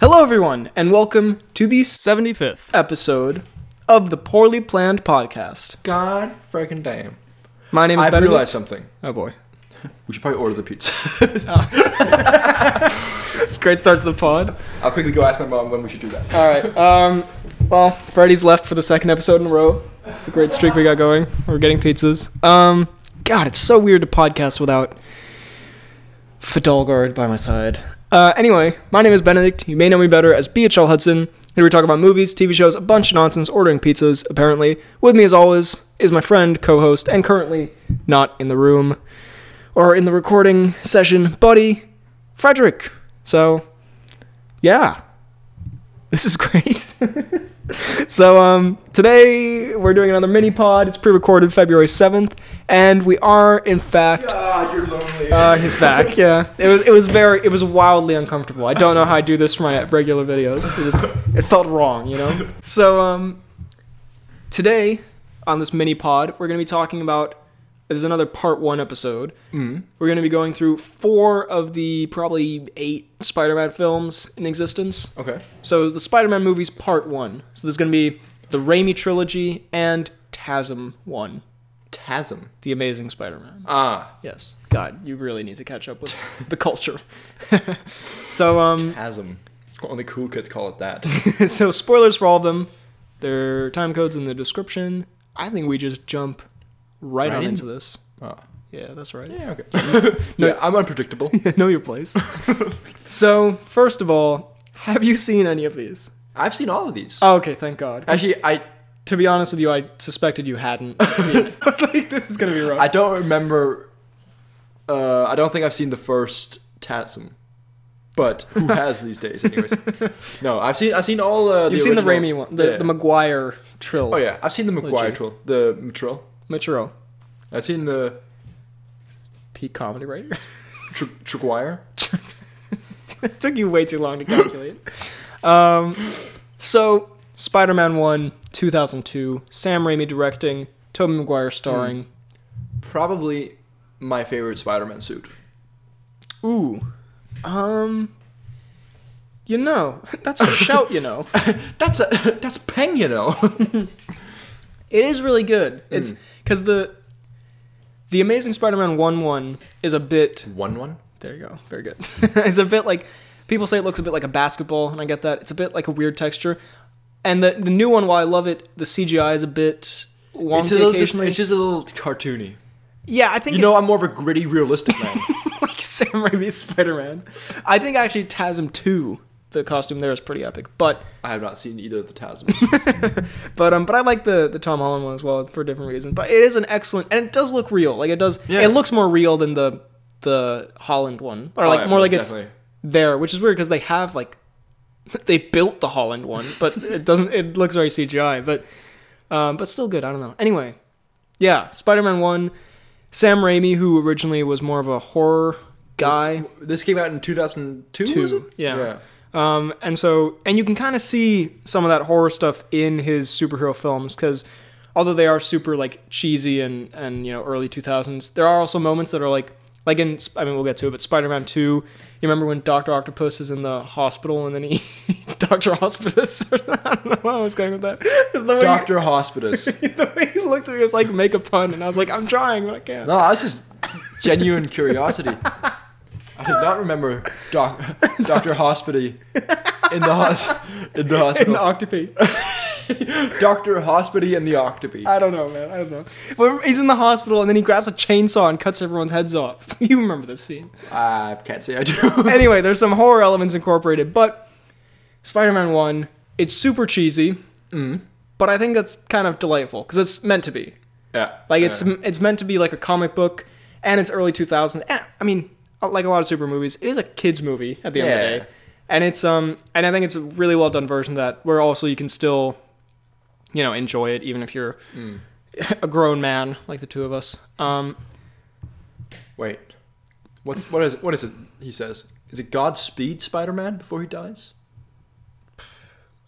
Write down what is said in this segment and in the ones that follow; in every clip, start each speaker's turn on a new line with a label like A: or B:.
A: Hello, everyone, and welcome to the s-
B: 75th.
A: episode of the Poorly Planned Podcast.
C: God freaking damn.
A: My name is
C: I
A: Benedict.
C: realized something.
A: Oh boy,
C: We should probably order the pizza.
A: it's a great start to the pod.
C: I'll quickly go ask my mom when we should do that.
A: All right. Um. Well, Freddy's left for the second episode in a row. It's a great streak we got going. We're getting pizzas. Um. God, it's so weird to podcast without Fidalgard by my side. Uh. Anyway, my name is Benedict. You may know me better as BHL Hudson. Here we talk about movies, TV shows, a bunch of nonsense, ordering pizzas. Apparently, with me as always is my friend, co-host, and currently not in the room or in the recording session, buddy Frederick. So, yeah this is great. so um, today we're doing another mini pod. It's pre-recorded February seventh, and we are in fact
C: God, you're lonely.
A: uh, he's back. Yeah, it was it was very it was wildly uncomfortable. I don't know how I do this for my regular videos. It just it felt wrong, you know. So um, today on this mini pod, we're gonna be talking about. There's another part one episode. We're going to be going through four of the probably eight Spider-Man films in existence.
C: okay.
A: So the Spider-Man movies part one. So there's gonna be the Raimi trilogy and TASM one,
C: Tasm.
A: The Amazing Spider-Man.
C: Ah.
A: Yes. God, you really need to catch up with the culture. so um,
C: Tasm. Only cool kids call it that.
A: so spoilers for all of them. Their time codes in the description. I think we just jump right,
C: Right
A: on
C: in?
A: into this.
C: oh.
A: Yeah, that's right.
C: Yeah, okay. yeah, I'm unpredictable.
A: know your place. so first of all, have you seen any of these?
C: I've seen all of these.
A: Oh, okay, thank God.
C: Uh, Actually, I
A: to be honest with you, I suspected you hadn't seen it. I was like, this is gonna be rough.
C: I don't remember. Uh, I don't think I've seen the first Tasm. But who has these days, anyways? no, I've seen I've seen all. Uh,
A: You've seen the
C: original-
A: Raimi one, the,
C: Yeah.
A: the Maguire trill.
C: oh yeah, I've seen the Maguire
A: Legit.
C: trill, the Matrill.
A: Mitchell,
C: I've seen the
A: peak comedy writer.
C: Tr- Triguire.
A: it took you way too long to calculate. um, so Spider-Man One, 2002, Sam Raimi directing, Tobey Maguire starring.
C: Probably my favorite Spider-Man suit.
A: Ooh, um, you know, that's a shout. You know,
C: That's a that's Peng, you know.
A: it is really good. It's because the the Amazing Spider-Man One One is a bit
C: one one.
A: There you go. Very good. it's a bit like people say it looks a bit like a basketball, and I get that. It's a bit like a weird texture. And the the new one, while I love it, the CGI is a bit wonky
C: It's a little. Just,
A: occasionally.
C: it's just a little cartoony.
A: yeah, I think
C: You know, I'm more of a gritty, realistic man.
A: it, like Sam Raimi's Spider Man. I think actually TASM two, the costume there is pretty epic. But
C: I have not seen either of the Tasmans.
A: but um but I like the the Tom Holland one as well for different reasons. But it is an excellent and it does look real. Like it does.
C: Yeah.
A: It looks more real than the the Holland one, or
C: Oh,
A: like
C: yeah,
A: more
C: most
A: like it's
C: definitely.
A: there, which is weird because they have like they built the Holland one, but it doesn't. It looks very CGI, but um, but still good. I don't know. Anyway, yeah, Spider-Man one, Sam Raimi, who originally was more of a horror guy,
C: This, this came out in 2002.
A: Two,
C: was it?
A: yeah. Um, and so, and you can kind of see some of that horror stuff in his superhero films because although they are super like cheesy and and you know early two thousands, there are also moments that are like like in I mean we'll get to it, but Spider Man two. You remember when Doctor Octopus is in the hospital and then he Doctor Hospitus? I don't know where I was going with that. 'Cause the way
C: Doctor Hospitus.
A: He, the way he looked at me was like make a pun, and I was like I'm trying, but I can't.
C: No, that's just genuine curiosity. I did not remember doc, Doctor Hospity in the hos, in the
A: In
C: hospital.
A: Octopi.
C: Doctor Hospity and the Octopi.
A: I don't know, man. I don't know. But he's in the hospital, and then he grabs a chainsaw and cuts everyone's heads off. You remember this scene?
C: I can't say I do.
A: anyway, there's some horror elements incorporated, but Spider-Man One, it's super cheesy, but I think that's kind of delightful because it's meant to be.
C: yeah, uh,
A: Like it's it's meant to be like a comic book, and it's early 2000s. And, I mean, uh, like a lot of super movies, it is a kids movie at the end of the
C: Yeah.
A: day, and it's um and I think it's a really well done version of that where also you can still, you know, enjoy it even if you're
C: Mm.
A: a grown man like the two of us. Um,
C: Wait, what's what is what is it? He says, "Is it Godspeed, Spider-Man?" Before he dies,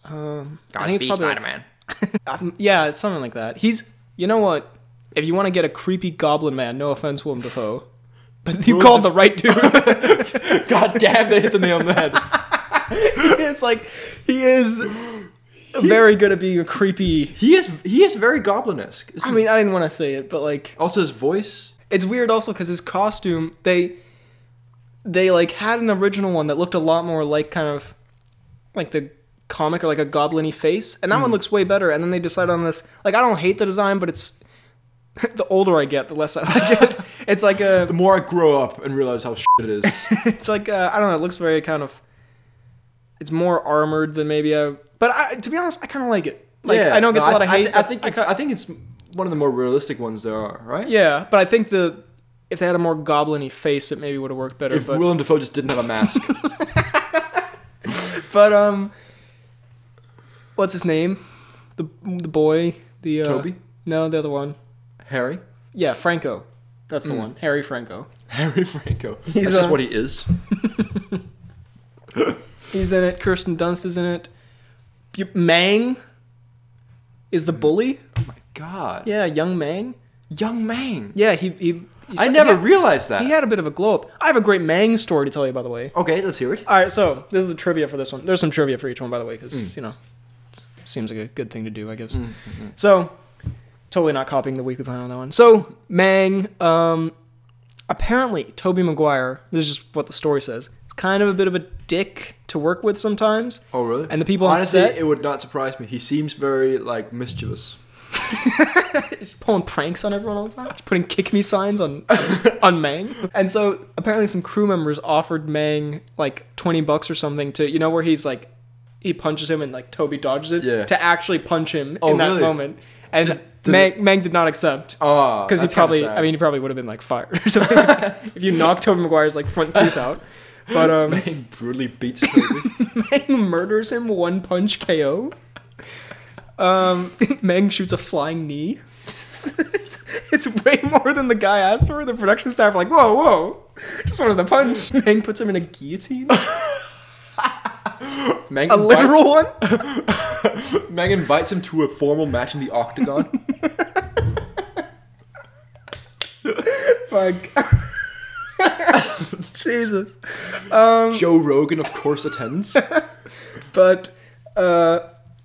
A: um, I think it's probably like,
C: Spider-Man.
A: Um, yeah, it's something like that. He's, you know what? If you want to get a creepy goblin man, no offense, Willem Dafoe, but you
C: Willem
A: called the right dude.
C: God damn, they hit the nail on the head.
A: it's like he is very good at being a creepy.
C: He is he is very goblin-esque. isn't
A: I
C: he?
A: mean, I didn't want to say it, but like
C: also his voice.
A: It's weird also because his costume they they like had an original one that looked a lot more like kind of like the comic or like a goblin-y face, and that one looks way better. And then they decided on this. Like I don't hate the design, but it's the older I get, the less I like it. It's like
C: The
A: a
C: more I grow up and realize how shit it is.
A: it's like uh, I I don't know. It looks very kind of it's more armored than maybe I. But I, to be honest, I kind of like it. Like I know it
C: no,
A: gets a lot of
C: I-
A: hate.
C: I,
A: but
C: think
A: I
C: it's, I think it's one of the more realistic ones there are, right?
A: Yeah, but I think the if they had a more goblin-y face, it maybe would have worked better.
C: If
A: but,
C: Willem Dafoe just didn't have a mask,
A: but um, what's his name? The the boy, the uh,
C: Toby?
A: No, the other one.
C: Harry,
A: Yeah, Franco. That's
C: Hmm.
A: the one. Harry Franco.
C: Harry Franco.
A: He's,
C: That's just
A: uh,
C: what he is.
A: He's in it. Kirsten Dunst is in it. Bu- Mang is the bully.
C: Oh my god,
A: Yeah, young Mang.
C: young Mang.
A: Yeah, he he. he-
C: I
A: he
C: never
A: had-
C: realized that.
A: He had a bit of a glow up. I have a great Mang story to tell you, by the way.
C: okay, let's hear it.
A: All right, so this is the trivia for this one. There's some trivia for each one, by the way, because
C: Mm.
A: you know, seems like a good thing to do, I guess.
C: Mm-hmm.
A: So, totally not copying the weekly plan on that one. So, Mang, um, apparently, Toby Maguire. This is just what the story says. Is kind of a bit of a dick to work with sometimes.
C: Oh really?
A: And the people on
C: honestly,
A: set-
C: it would not surprise me. He seems very like mischievous.
A: He's pulling pranks on everyone all the time. He's putting kick me signs on on Mang. And so apparently some crew members offered Mang like twenty bucks or something to you know where he's like he punches him and like Toby dodges it
C: Yeah.
A: to actually punch him
C: Oh,
A: in that
C: really?
A: moment. And
C: did-
A: Mang, Mang did not accept.
C: Oh,
A: because he
C: that's kinda
A: probably
C: sad.
A: I mean he probably would have been like fired or something if you knocked Toby Maguire's like front tooth out. But um
C: He brutally beats Toby.
A: Mang murders him one punch KO. Um, Mang shoots a flying knee. it's, it's way more than the guy asked for. The production staff are like, whoa, whoa, just wanted the punch. Mang puts him in a guillotine,
C: Mang
A: a literal
C: bites-
A: one.
C: Meg invites him to a formal match in the octagon.
A: Like, Jesus. Um,
C: Joe Rogan, of course, attends.
A: but uh,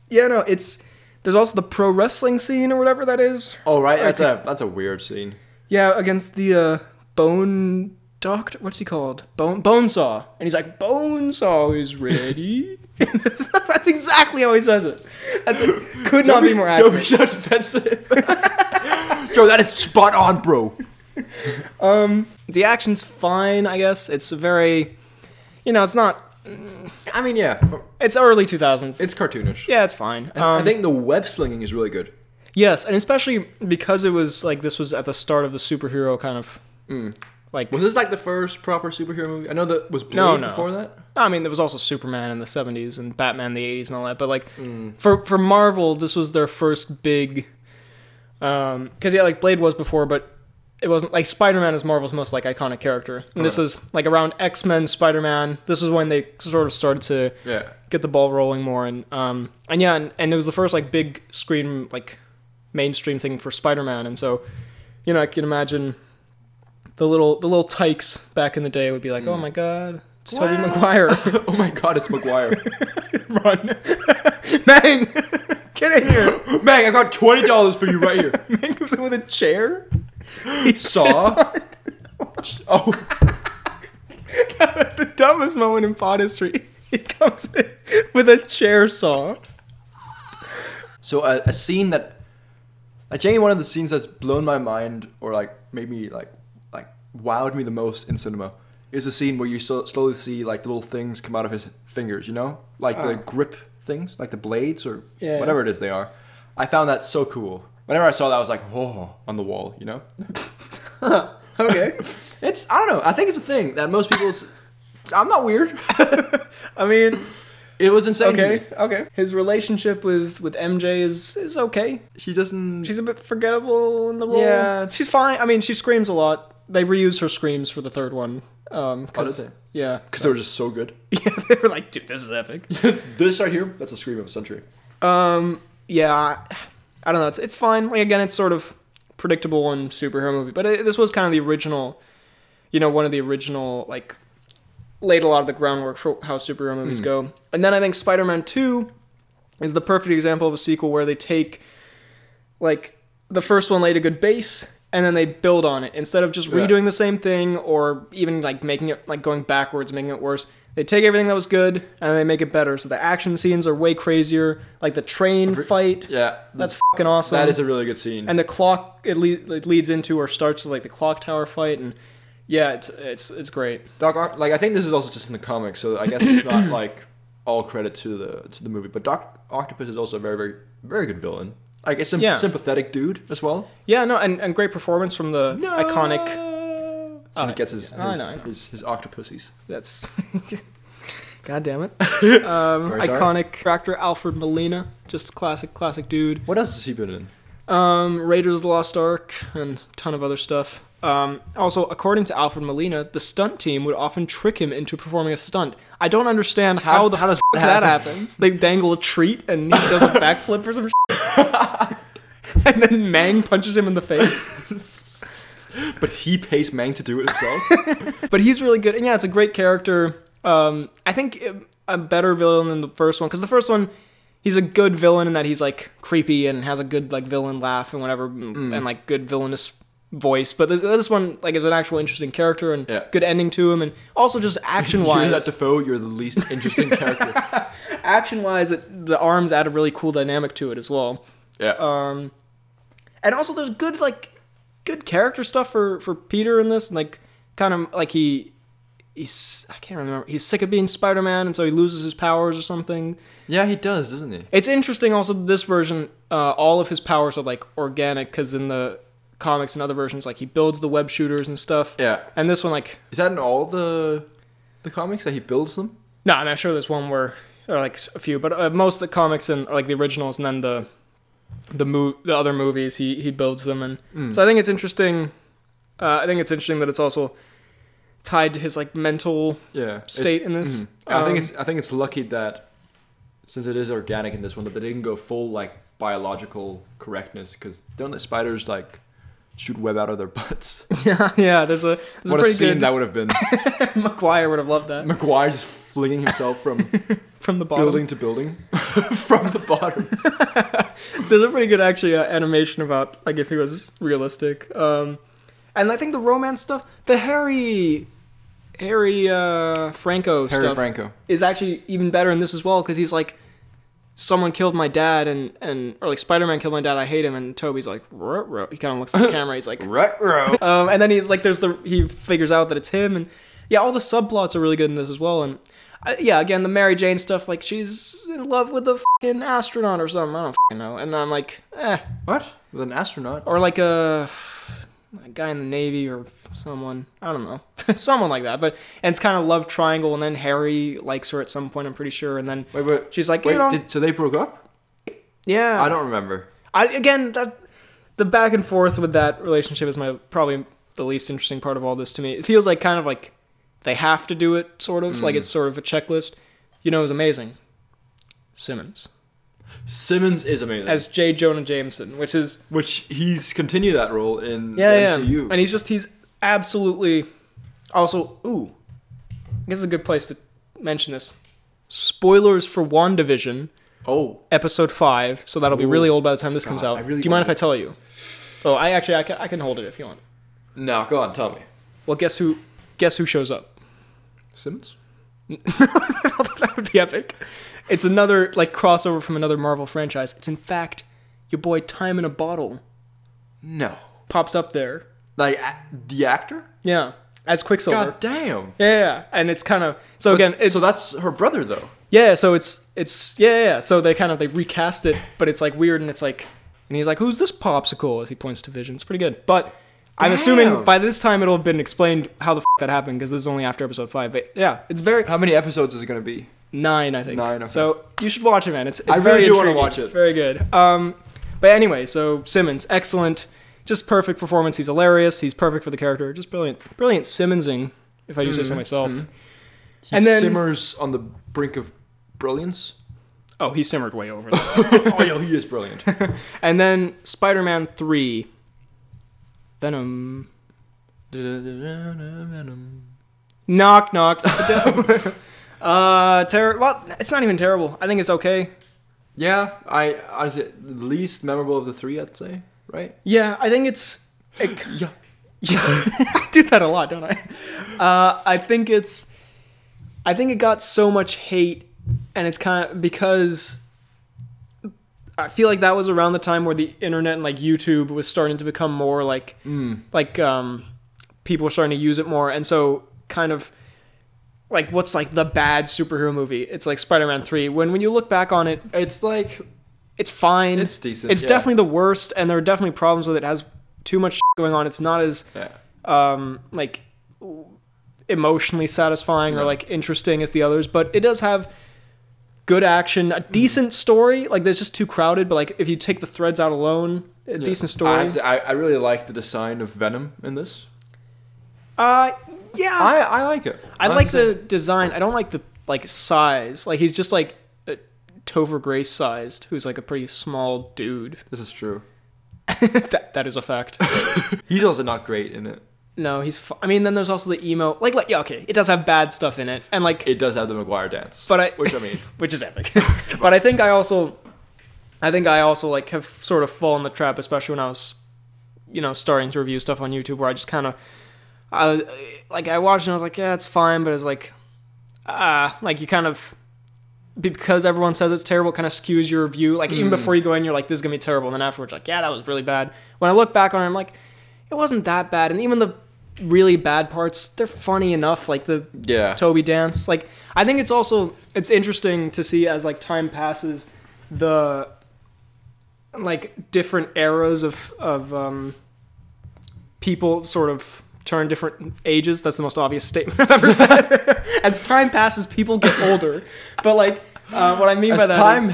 A: yeah, no, it's there's also the pro wrestling scene or whatever that is.
C: All right, that's a that's a weird scene.
A: Yeah, against the uh, bone doctor. What's he called? Bone bone saw. And he's like, bone saw is ready. That's exactly how he says it. That's it. Could not be more
C: Don't be
A: accurate.
C: so defensive. Yo, that is spot on, bro.
A: Um, The action's fine, I guess. It's very, you know, it's not.
C: I mean, yeah, from-
A: It's early two thousands.
C: it's cartoonish.
A: Yeah, it's fine.
C: I
A: Um,
C: think the web slinging is really good.
A: yes, and especially because it was like this was at the start of the superhero kind of
C: Mm.
A: like.
C: Was this like the first proper superhero movie? I know that was Blade
A: No, no.
C: before that.
A: I mean, there was also Superman in the '70s and Batman in the '80s and all that, but like for for Marvel, this was their first big. Because yeah, like Blade was before, but it wasn't like Spider-Man is Marvel's most like iconic character, and this
C: Right.
A: was like around X-Men, Spider-Man. This is when they sort of started to
C: Yeah.
A: get the ball rolling more, and um and yeah, and, and it was the first like big screen like mainstream thing for Spider-Man, and so you know I can imagine the little the little tykes back in the day would be like, oh my god. It's Tobey
C: Wow.
A: Maguire.
C: oh my God, it's Maguire.
A: Run. Mang! Get in here!
C: Meg, I got twenty dollars for you right here.
A: Mang comes in with a chair. He
C: Saw?
A: sits on it.
C: Oh,
A: That was the dumbest moment in pod history. He comes in with a chair saw.
C: so a, a scene that, I think one of the scenes that's blown my mind or like made me like like wowed me the most in cinema is the scene where you so, slowly see like the little things come out of his fingers. You know, like the
A: Ah.
C: grip things, like the blades or
A: Yeah.
C: whatever it is they are. I found that so cool. Whenever I saw that, I was like, oh, on the wall. You know.
A: Okay.
C: It's I don't know. I think it's a thing that most people. I'm not weird.
A: I mean,
C: It was insane. to
A: okay,
C: me.
A: okay. His relationship with, with MJ is, is okay.
C: she doesn't.
A: She's a bit forgettable in the role.
C: Yeah.
A: She's fine. I mean, she screams a lot. They reused her screams for the third one. Um, cause,
C: did they?
A: Yeah.
C: because they were just so good.
A: Yeah, they were like, dude, this is epic.
C: this right here, that's a scream of a century.
A: Um, yeah, I- I don't know. It's it's fine. Like again, it's sort of predictable and superhero movie, but it, this was kind of the original, you know, one of the original like laid a lot of the groundwork for how superhero movies go. And then I think Spider Man 2 is the perfect example of a sequel where they take, like, the first one laid a good base and then they build on it instead of just
C: Yeah.
A: redoing the same thing or even, like, making it, like, going backwards, making it worse. They take everything that was good and they make it better. So the action scenes are way crazier. Like, the train fight.
C: Yeah,
A: That's fucking awesome
C: that is a really good scene.
A: and the clock it, le- it leads into or starts with like the clock tower fight and yeah it's it's it's great
C: Doc Ock, like I think this is also just in the comics, so I guess it's not like all credit to the to the movie. But Doc Octopus is also a very very very good villain. Like it's a
A: Yeah.
C: sympathetic dude as well.
A: yeah no and, and great performance from the iconic
C: And he gets his
A: yeah. I
C: his,
A: know, I know.
C: his his octopuses.
A: that's god damn it um,
C: Very sorry.
A: iconic character alfred molina just classic classic dude
C: What else has he been in?
A: um, raiders of the lost ark and a ton of other stuff um, also according to alfred molina the stunt team would often trick him into performing a stunt i don't understand how,
C: How-
A: the
C: how does
A: fuck
C: that
A: that happens they dangle a treat and he does a backflip or some and then Mang punches him in the face.
C: But he pays Mang to do it himself.
A: But he's really good, and yeah, it's a great character. Um, I think um, a better villain than the first one because the first one, he's a good villain in that he's like creepy and has a good like villain laugh and whatever, m-
C: Mm.
A: and like good villainous voice. But this, this one like is an actual interesting character and
C: Yeah.
A: good ending to him, and also just action
C: You're that
A: wise,
C: Defoe. You're the least interesting character.
A: action wise, the arms add a really cool dynamic to it as well.
C: Yeah.
A: Um, and also there's good like good character stuff for for Peter in this, and like kind of like he he's I can't remember he's sick of being Spider Man, and so he loses his powers or something.
C: yeah, he does, doesn't he?
A: It's interesting also that this version, uh, all of his powers are like organic because in the comics and other versions, like he builds the web shooters and stuff.
C: Yeah.
A: And this one, like,
C: Is that in all the the comics that he builds them?
A: no, I'm not sure there's one where or like a few, but uh, most of the comics and or, like the originals, and then the the mo- the other movies he he builds them, and
C: Hmm.
A: so I think it's interesting. Uh, I think it's interesting that it's also tied to his like mental.
C: Yeah. it's-
A: State in this?
C: mhm. And I think
A: Um,
C: it's I think it's lucky that since it is organic in this one that they didn't go full like biological correctness because don't the spiders like shoot web out of their butts?
A: yeah, yeah. There's a there's
C: what
A: a
C: a
A: pretty
C: scene
A: good.
C: that would have been.
A: McGuire would have loved that
C: McGuire just flinging himself from
A: from the bottom.
C: building to building from the bottom.
A: There's a pretty good actually uh, animation about like if he was realistic. Um, and I think the romance stuff, the Harry, Harry uh, Franco
C: Harry
A: stuff.
C: Franco.
A: is actually even better in this as well because he's like, someone killed my dad and and or like Spider Man killed my dad. I hate him. And Toby's like, ruh, ruh. he kind of looks at the camera. He's like,
C: Retro.
A: um, and then he's like, there's the he figures out that it's him, and yeah, all the subplots are really good in this as well. And I, yeah, again, the Mary Jane stuff, like she's in love with a fucking astronaut or something. I don't fucking know. And I'm like, eh,
C: What? With an astronaut?
A: or like a, a guy in the navy or someone. I don't know, someone like that. But and it's kind of love triangle, and then Harry likes her at some point. I'm pretty sure, and then
C: Wait, wait.
A: she's like, you
C: Wait,
A: know,
C: did, so they broke up?
A: yeah,
C: I don't remember.
A: I again that the back and forth with that relationship is my probably the least interesting part of all this to me. It feels like kind of like they have to do it, sort of like it's sort of a checklist. You know, is amazing. Simmons
C: Simmons is amazing.
A: as J. Jonah Jameson, which is
C: which he's continued that role in
A: yeah,
C: the
A: yeah,
C: MCU.
A: and he's just he's absolutely also ooh. I guess it's a good place to mention this. Spoilers for WandaVision
C: oh,
A: episode five, so that'll be
C: Ooh.
A: really old by the time this comes
C: God,
A: out.
C: I really
A: Do you mind
C: want
A: if I tell you? Oh, I actually I can, I can hold it if you want.
C: no, go on, tell me.
A: Well, guess who? Guess who shows up?
C: Simmons?
A: that would be epic. It's another like crossover from another Marvel franchise. It's in fact your boy Time in a Bottle
C: No.
A: pops up there.
C: Like a- the actor?
A: Yeah, as Quicksilver.
C: God damn.
A: Yeah, yeah, yeah, and it's kind of so again. It,
C: so that's her brother, though.
A: yeah, so it's it's yeah, yeah, yeah. So they kind of they recast it, but it's like weird and it's like and he's like, "Who's this popsicle?" As he points to Vision. It's pretty good, but. I'm assuming
C: Damn.
A: by this time it'll have been explained how the f- that happened because this is only after episode five. But yeah, it's very
C: How many episodes is it gonna be?
A: Nine, I think.
C: Nine, okay.
A: So you should watch it, man. It's, it's
C: I
A: very
C: really do wanna
A: intriguing.
C: watch it.
A: It's very good. Um, but anyway, so Simmons, excellent, just perfect performance. He's hilarious. He's perfect for the character. Just brilliant, brilliant Simmonsing, if I do
C: Mm-hmm.
A: say so myself.
C: He
A: And then-
C: simmers on the brink of brilliance.
A: Oh, he simmered way over. that.
C: oh, yo, he is brilliant.
A: and then Spider-Man three, Venom. Knock, knock. uh, ter- well, it's not even terrible. I think it's okay.
C: Yeah, I honestly the least memorable of the three, I'd say. Right?
A: Yeah, I think it's. It,
C: Yeah.
A: yeah, I do that a lot, don't I? Uh, I think it's. I think it got so much hate, and it's kind of because. I feel like that was around the time where the internet and like YouTube was starting to become more like
C: Mm.
A: like um, people were starting to use it more, and so kind of like what's like the bad superhero movie? It's like Spider-Man Three. When when you look back on it,
C: It's like
A: it's fine.
C: It's decent,
A: It's
C: yeah.
A: definitely the worst, and there are definitely problems with it. it has too much going on. It's not as
C: yeah.
A: um, like emotionally satisfying or
C: No.
A: like interesting as the others, but it does have good action, a decent story. Like there's just too crowded, but like if you take the threads out alone, a decent
C: I,
A: story.
C: have to- I, I really like the design of Venom in this.
A: uh, yeah,
C: I, I like it.
A: I like the
C: Honestly.
A: design. I don't like the like size. Like he's just like a Tover Grace sized, who's like a pretty small dude.
C: This is true.
A: that that is a fact.
C: He's also not great in it.
A: No, he's. Fu- I mean, then there's also the emo. Like, like, yeah, okay, it does have bad stuff in it, and like,
C: It does have the McGuire dance.
A: but I,
C: which I mean,
A: which is epic. but I think I also, I think I also like have sort of fallen the trap, especially when I was, you know, starting to review stuff on YouTube, where I just kind of, I was like, I watched and I was like, yeah, it's fine, but it's like, ah, like you kind of. Because everyone says it's terrible, it kind of skews your review. Like even before you go in, you're like, "This is gonna be terrible," and then afterwards, like, "Yeah, that was really bad." When I look back on it, I'm like, "It wasn't that bad." And even the really bad parts, they're funny enough. Like the
C: yeah.
A: Toby dance. Like I think it's also it's interesting to see as like time passes the like different eras of of um people sort of turn different ages. That's the most obvious statement I've ever said. as time passes, people get older. But like uh, what I mean by
C: As
A: that
C: time
A: is-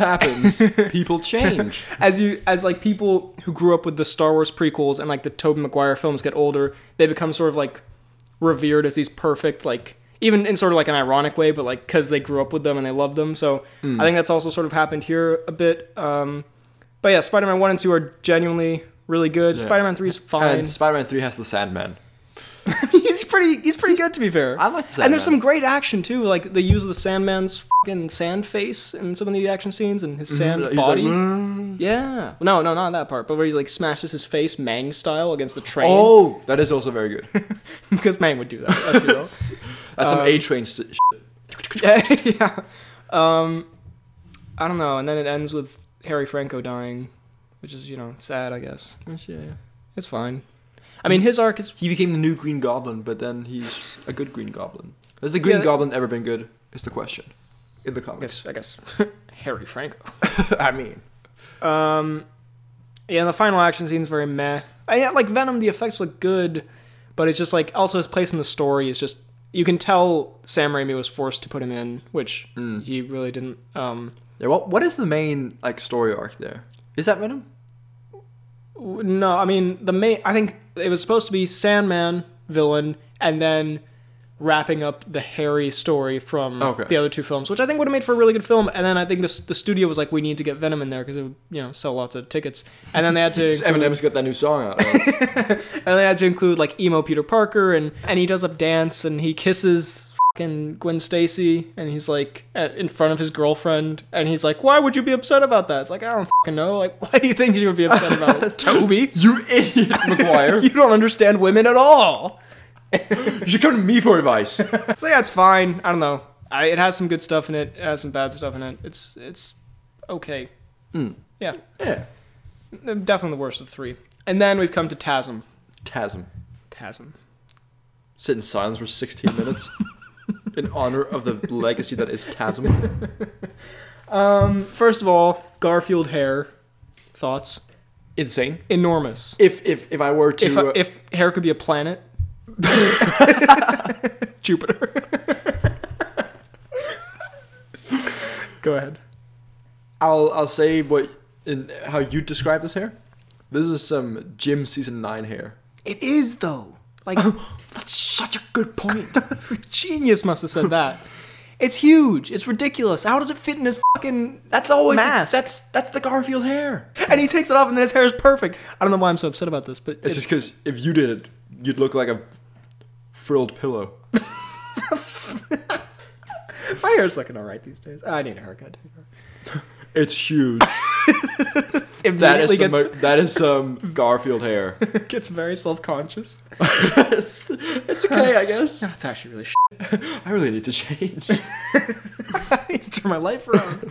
C: happens, people change.
A: as you as like people who grew up with the Star Wars prequels and like the Tobey Maguire films get older, they become sort of like revered as these perfect like even in sort of like an ironic way, but like because they grew up with them and they loved them. So
C: Hmm.
A: I think that's also sort of happened here a bit. Um, but yeah, Spider Man one and two are genuinely really good.
C: Yeah.
A: Spider Man three is fine.
C: And Spider-Man Three has the Sandman.
A: he's pretty he's pretty good to be fair.
C: I like the
A: and there's some
C: Sandman.
A: great action too, like the use of the Sandman's fucking sand face in some of the action scenes and his sand
C: Mm-hmm. He's like,
A: body.
C: "Mm."
A: Yeah. No, no, not that part. But where he like smashes his face Mang style against the train.
C: Oh, that is also very good.
A: because Mang would do that. let's be real.
C: That's some
A: Um,
C: A train st- sh-
A: yeah, yeah. Um, I don't know. And then it ends with Harry Franco dying, which is you know sad. I guess
C: yeah.
A: it's fine. I mean, his arc is
C: He became the new Green Goblin, but then he's a good Green Goblin. Has the Green
A: Yeah.
C: Goblin ever been good? Is the question in the
A: I
C: comics.
A: guess I guess Harry Franco.
C: I mean,
A: Um, yeah. And the final action scene's very meh. I, yeah, like Venom, the effects look good, but it's just like also his place in the story is just you can tell Sam Raimi was forced to put him in, which
C: Mm.
A: he really didn't. Um,
C: yeah, what what is the main like story arc there? Is that Venom?
A: W- No, I mean the main. I think it was supposed to be Sandman villain, and then wrapping up the Harry story from
C: Okay.
A: the other two films, which I think would have made for a really good film. And then I think this, the studio was like, we need to get Venom in there because it would you know sell lots of tickets. And then they had to include,
C: Eminem's got that new song out. right?
A: and they had to include like emo Peter Parker, and and he does a dance and he kisses. fucking Gwen Stacy, and he's like at, in front of his girlfriend, and he's like, "Why would you be upset about that?" It's like I don't fucking know. Like, why do you think you would be upset about it, Toby?
C: you idiot,
A: you
C: McGuire!
A: don't understand women at all.
C: you should come to me for advice.
A: So yeah, it's fine. I don't know. I, it has some good stuff in it. It has some bad stuff in it. It's it's okay.
C: Mm.
A: Yeah,
C: Yeah,
A: definitely the worst of the three. And then we've come to Tasm.
C: Tasm.
A: Tasm.
C: sit in silence for 16 minutes in honor of the legacy that is Tasm.
A: Um, first of all, Garfield hair thoughts
C: Insane.
A: enormous.
C: If if if I were to
A: If
C: uh,
A: if hair could be a planet, Jupiter. Go ahead.
C: I'll I'll say what in how you describe this hair. This is some Jim season nine hair.
A: It is though. Like
C: That's such a good point.
A: Genius must have said that. It's huge. It's ridiculous. How does it fit in his fucking?
C: That's always
A: Mask.
C: that's that's the Garfield hair.
A: And he takes it off, and then his hair is perfect. I don't know why I'm so upset about this, but
C: It's just because if you did it, you'd look like a frilled pillow.
A: My hair's looking all right these days. I need a haircut.
C: It's huge. that is
A: Immediately
C: some,
A: gets
C: that is some Garfield hair.
A: gets very self conscious.
C: it's, it's okay, I guess.
A: That's actually really. Sh-
C: I really need to change.
A: I need to turn my life around.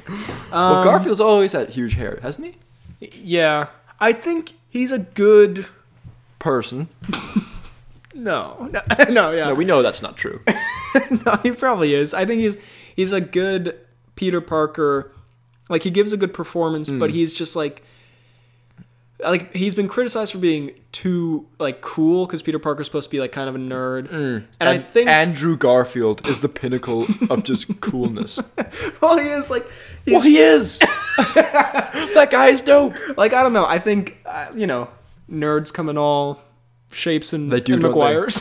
C: well, Garfield's always had huge hair, hasn't he?
A: Yeah, I think he's a good.
C: Person.
A: No, no, no yeah,
C: No, we know that's not true.
A: no, he probably is. I think he's he's a good Peter Parker. Like he gives a good performance, but he's just like like he's been criticized for being too like cool because Peter Parker's supposed to be like kind of a nerd, Hmm. and, I think
C: Andrew Garfield is the pinnacle of just coolness.
A: well he is like he's,
C: well, he is. that guy is dope.
A: like I don't know. I think uh, you know nerds come in all shapes and,
C: They do,
A: and
C: don't they?
A: McGuire's.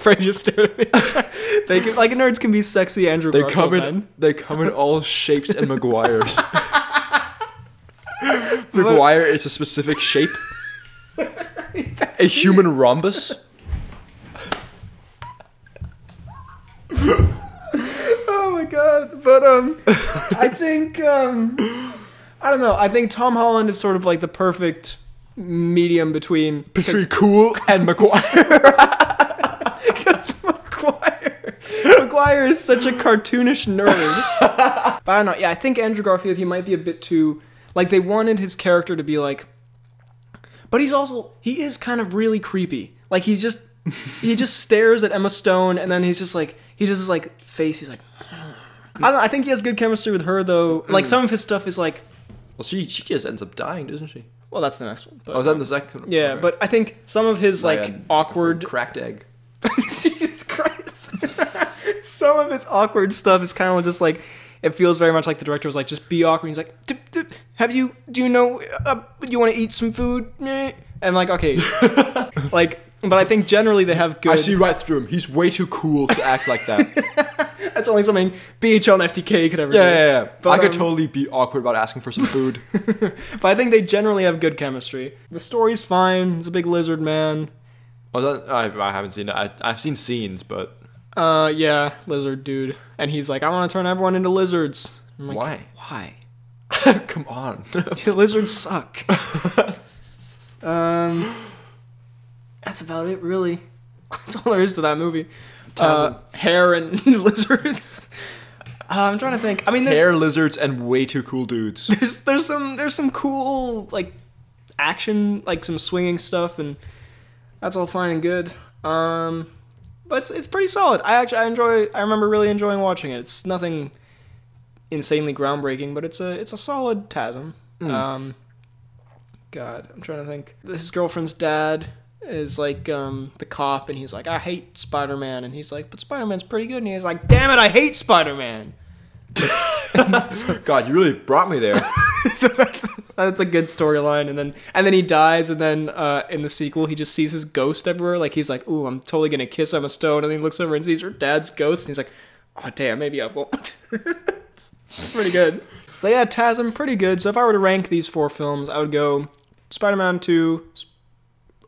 A: Fred just stared at me. they can, like nerds can be sexy Andrew.
C: They
A: Garfield
C: come in.
A: men.
C: They come in all shapes and Maguires. Maguire is a specific shape. A human rhombus.
A: Oh my god. But um I think um I don't know. I think Tom Holland is sort of like the perfect medium between
C: Between cool and Maguire.
A: because McGuire McGuire is such a cartoonish nerd. but I don't know. Yeah, I think Andrew Garfield he might be a bit too like they wanted his character to be like but he's also he is kind of really creepy. Like he's just he just stares at Emma Stone and then he's just like he does his like face. He's like I don't. know, I think he has good chemistry with her though.
C: Mm.
A: Like some of his stuff is like
C: Well, she she just ends up dying, doesn't she?
A: well that's the next one. But,
C: I was Oh, that in the second?
A: yeah,
C: okay.
A: but I think some of his like,
C: a
A: awkward
C: cracked egg.
A: Jesus Christ. Some of his awkward stuff is kind of just like it feels very much like the director was like, just be awkward. He's like, "Dip, dip, have you? Do you know? Uh, do you want to eat some food? Meh." And like, okay, like, but I think generally they have good.
C: I see right through him. He's way too cool to act like that. yeah,
A: That's only something BHL and FTK could ever do.
C: yeah, yeah. yeah.
A: But,
C: I could
A: um,
C: totally be awkward about asking for some food.
A: But I think they generally have good chemistry. The story's fine. He's a big lizard man.
C: I, was Oh, that, I, I haven't seen it. I, I've seen scenes, but
A: Uh, yeah, lizard dude. And he's like, I want to turn everyone into lizards. I'm like,
C: Why?
A: Why?
C: come on.
A: lizards suck. um, that's about it, really. That's all there is to that movie. Uh, hair and lizards. Uh, I'm trying to think. I mean, there's,
C: Hair lizards and way too cool dudes.
A: there's there's some there's some cool like action, like some swinging stuff, and that's all fine and good. Um, but it's, it's pretty solid. I actually I enjoy. I remember really enjoying watching it. It's nothing insanely groundbreaking, but it's a it's a solid TASM. Um, God, I'm trying to think. His girlfriend's dad is like um, the cop, and he's like, I hate Spider Man, and he's like, but Spider Man's pretty good, and he's like, damn it, I hate Spider Man.
C: God, you really brought me there.
A: so that's, that's a good storyline and then and then he dies and then uh, in the sequel he just sees his ghost everywhere like he's like ooh i'm totally gonna kiss emma stone and then he looks over and sees her dad's ghost and he's like oh damn maybe i won't it's, it's pretty good so yeah tasm pretty good so if i were to rank these four films i would go spider-man 2 Sp-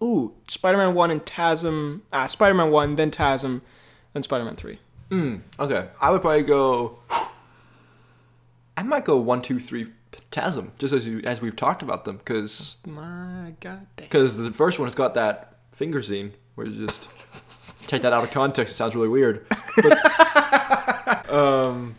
A: ooh spider-man 1 and tasm ah spider-man 1 then tasm then spider-man 3
C: Mm, okay, I would probably go. I might go one, two, three. Tasm, just as you, as we've talked about them, because
A: my god damn
C: because the first one has got that finger scene where you just take that out of context. It sounds really weird. But, um,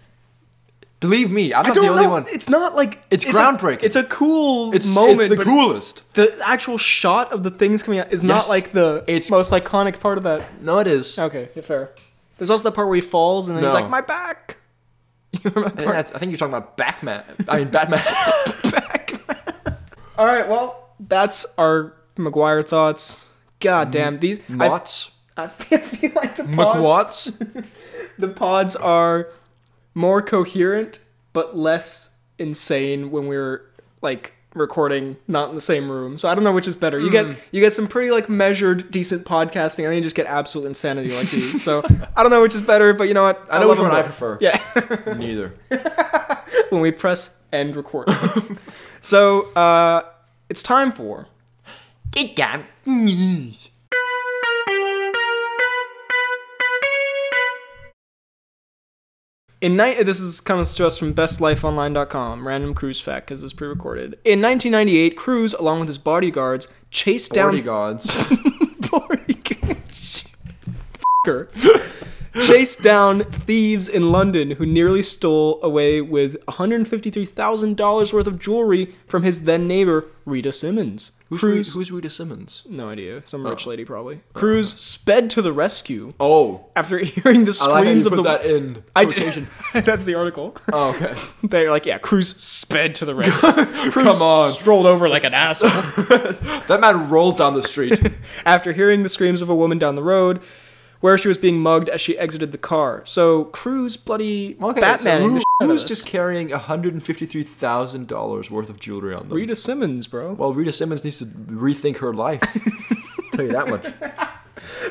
C: believe me, I'm
A: I
C: not
A: don't
C: the only
A: know.
C: one.
A: It's not like
C: It's
A: a-
C: groundbreaking.
A: it's a cool
C: It's
A: moment.
C: It's the
A: but
C: coolest.
A: the actual shot of the things coming out is not
C: Yes.
A: like the
C: It's-
A: most iconic part of that.
C: No, it is.
A: Okay, yeah, fair. There's also the part where he falls and then he's
C: No.
A: like, "My back." You remember
C: I
A: that
C: think,
A: part?
C: that's- I think you're talking about Batman. I mean, Batman.
A: All right, well, that's our McGuire thoughts. God damn these. I,
C: Mott's.
A: I feel, I feel like the pods,
C: McWatts.
A: the pods are more coherent but less insane when we're like recording not in the same room. So I don't know which is better. You
C: Hmm.
A: get you get some pretty like measured decent podcasting and then you just get absolute insanity like these. So I don't know which is better, but you know what?
C: I know which
A: love
C: one I
A: them
C: prefer.
A: both. Yeah.
C: Neither.
A: when we press end record. so uh it's time for
C: News.
A: In ni- this is comes to us from bestlifeonline.com, random Cruz fact because it's pre-recorded. In 1998, Cruz, along with his bodyguards, chased down
C: Bodyguards.
A: bodyguards, chased down thieves in London who nearly stole away with 153 thousand dollars worth of jewelry from his then neighbor Rita Simmons.
C: who's, Re-
A: Cruz,
C: who's Rita Simmons?
A: no idea, some
C: Oh.
A: rich lady probably. Cruz sped to the rescue
C: Oh,
A: after hearing the
C: I like how you
A: screams
C: put
A: of the.
C: that in.
A: I
C: quotation.
A: did. That's the article.
C: Oh, okay.
A: They're like, yeah, Cruz sped to the rescue. Cruz
C: Come on.
A: strolled over like an asshole.
C: That man rolled down the street.
A: After hearing the screams of a woman down the road, where she was being mugged as she exited the car. So Cruz bloody Batman.
C: so who-
A: the shit out
C: who's
A: of
C: just
A: just
C: carrying $153,000 worth of jewelry on them?
A: Rita Simmons, bro?
C: Well, Rita Simmons needs to rethink her life. Tell you that much.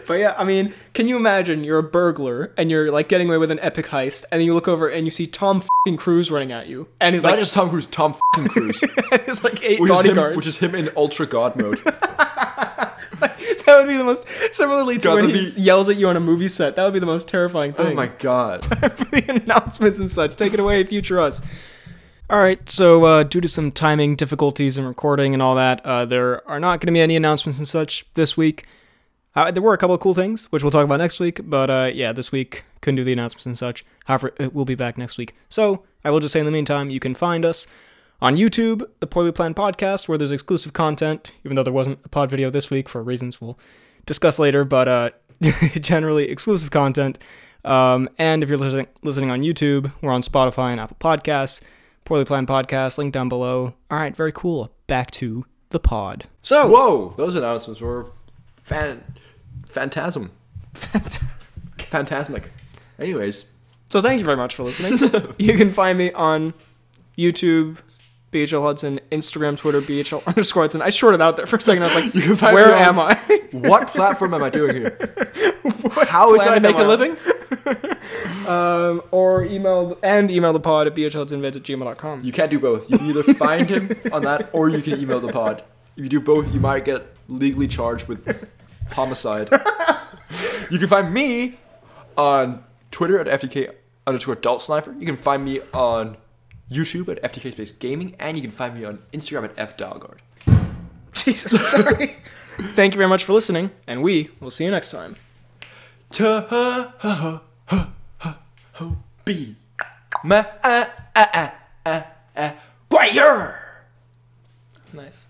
A: But yeah, I mean, can you imagine? You're a burglar and you're like getting away with an epic heist, and then you look over and you see Tom fing Cruise running at you, and he's
C: Not
A: like,
C: just Tom Cruise, Tom f***ing Cruise,
A: and it's like eight
C: which is, him,
A: bodyguards.
C: which is him in ultra god mode.
A: that would be the most similarly to
C: God,
A: when
C: that'd
A: he
C: be-
A: yells at you on a movie set. That would be the most terrifying thing.
C: Oh my god!
A: for the announcements and such. Take it away, future us. All right, so uh, due to some timing difficulties and recording and all that, uh, there are not going to be any announcements and such this week. Uh, there were a couple of cool things, which we'll talk about next week, but uh, yeah, this week couldn't do the announcements and such. However, it will be back next week. So I will just say in the meantime, you can find us on YouTube, the Poorly Planned Podcast, where there's exclusive content, even though there wasn't a pod video this week for reasons we'll discuss later, but uh, generally exclusive content. Um, and if you're listening, listening on YouTube, we're on Spotify and Apple Podcasts, Poorly Planned Podcast, link down below. All right, very cool. Back to the pod. So,
C: Whoa! Those announcements were fan, phantasm, phantasmic. Anyways,
A: So thank you very much for listening. you can find me on YouTube, BHL Hudson, Instagram, Twitter, BHL underscore Hudson. I shorted out there for a second. I was like,
C: find
A: where
C: me on-
A: am I?
C: what platform am I doing here? How is that I
A: planet am
C: make
A: I
C: a
A: on?
C: living?
A: um, or email and email the pod at bhlhudsonvids at gmail.com.
C: You can't do both. You can either find him on that or you can email the pod. If you do both, you might get legally charged with homicide. you can find me on Twitter at FTK underscore adult sniper. You can find me on YouTube at FTK Space Gaming, and you can find me on Instagram at FDalgard.
A: Jesus, sorry. thank you very much for listening, and we will see you next time.
C: Ta ha ha ha ha ha ho be ma eh, ah ah ah ah ah wire.
A: Nice.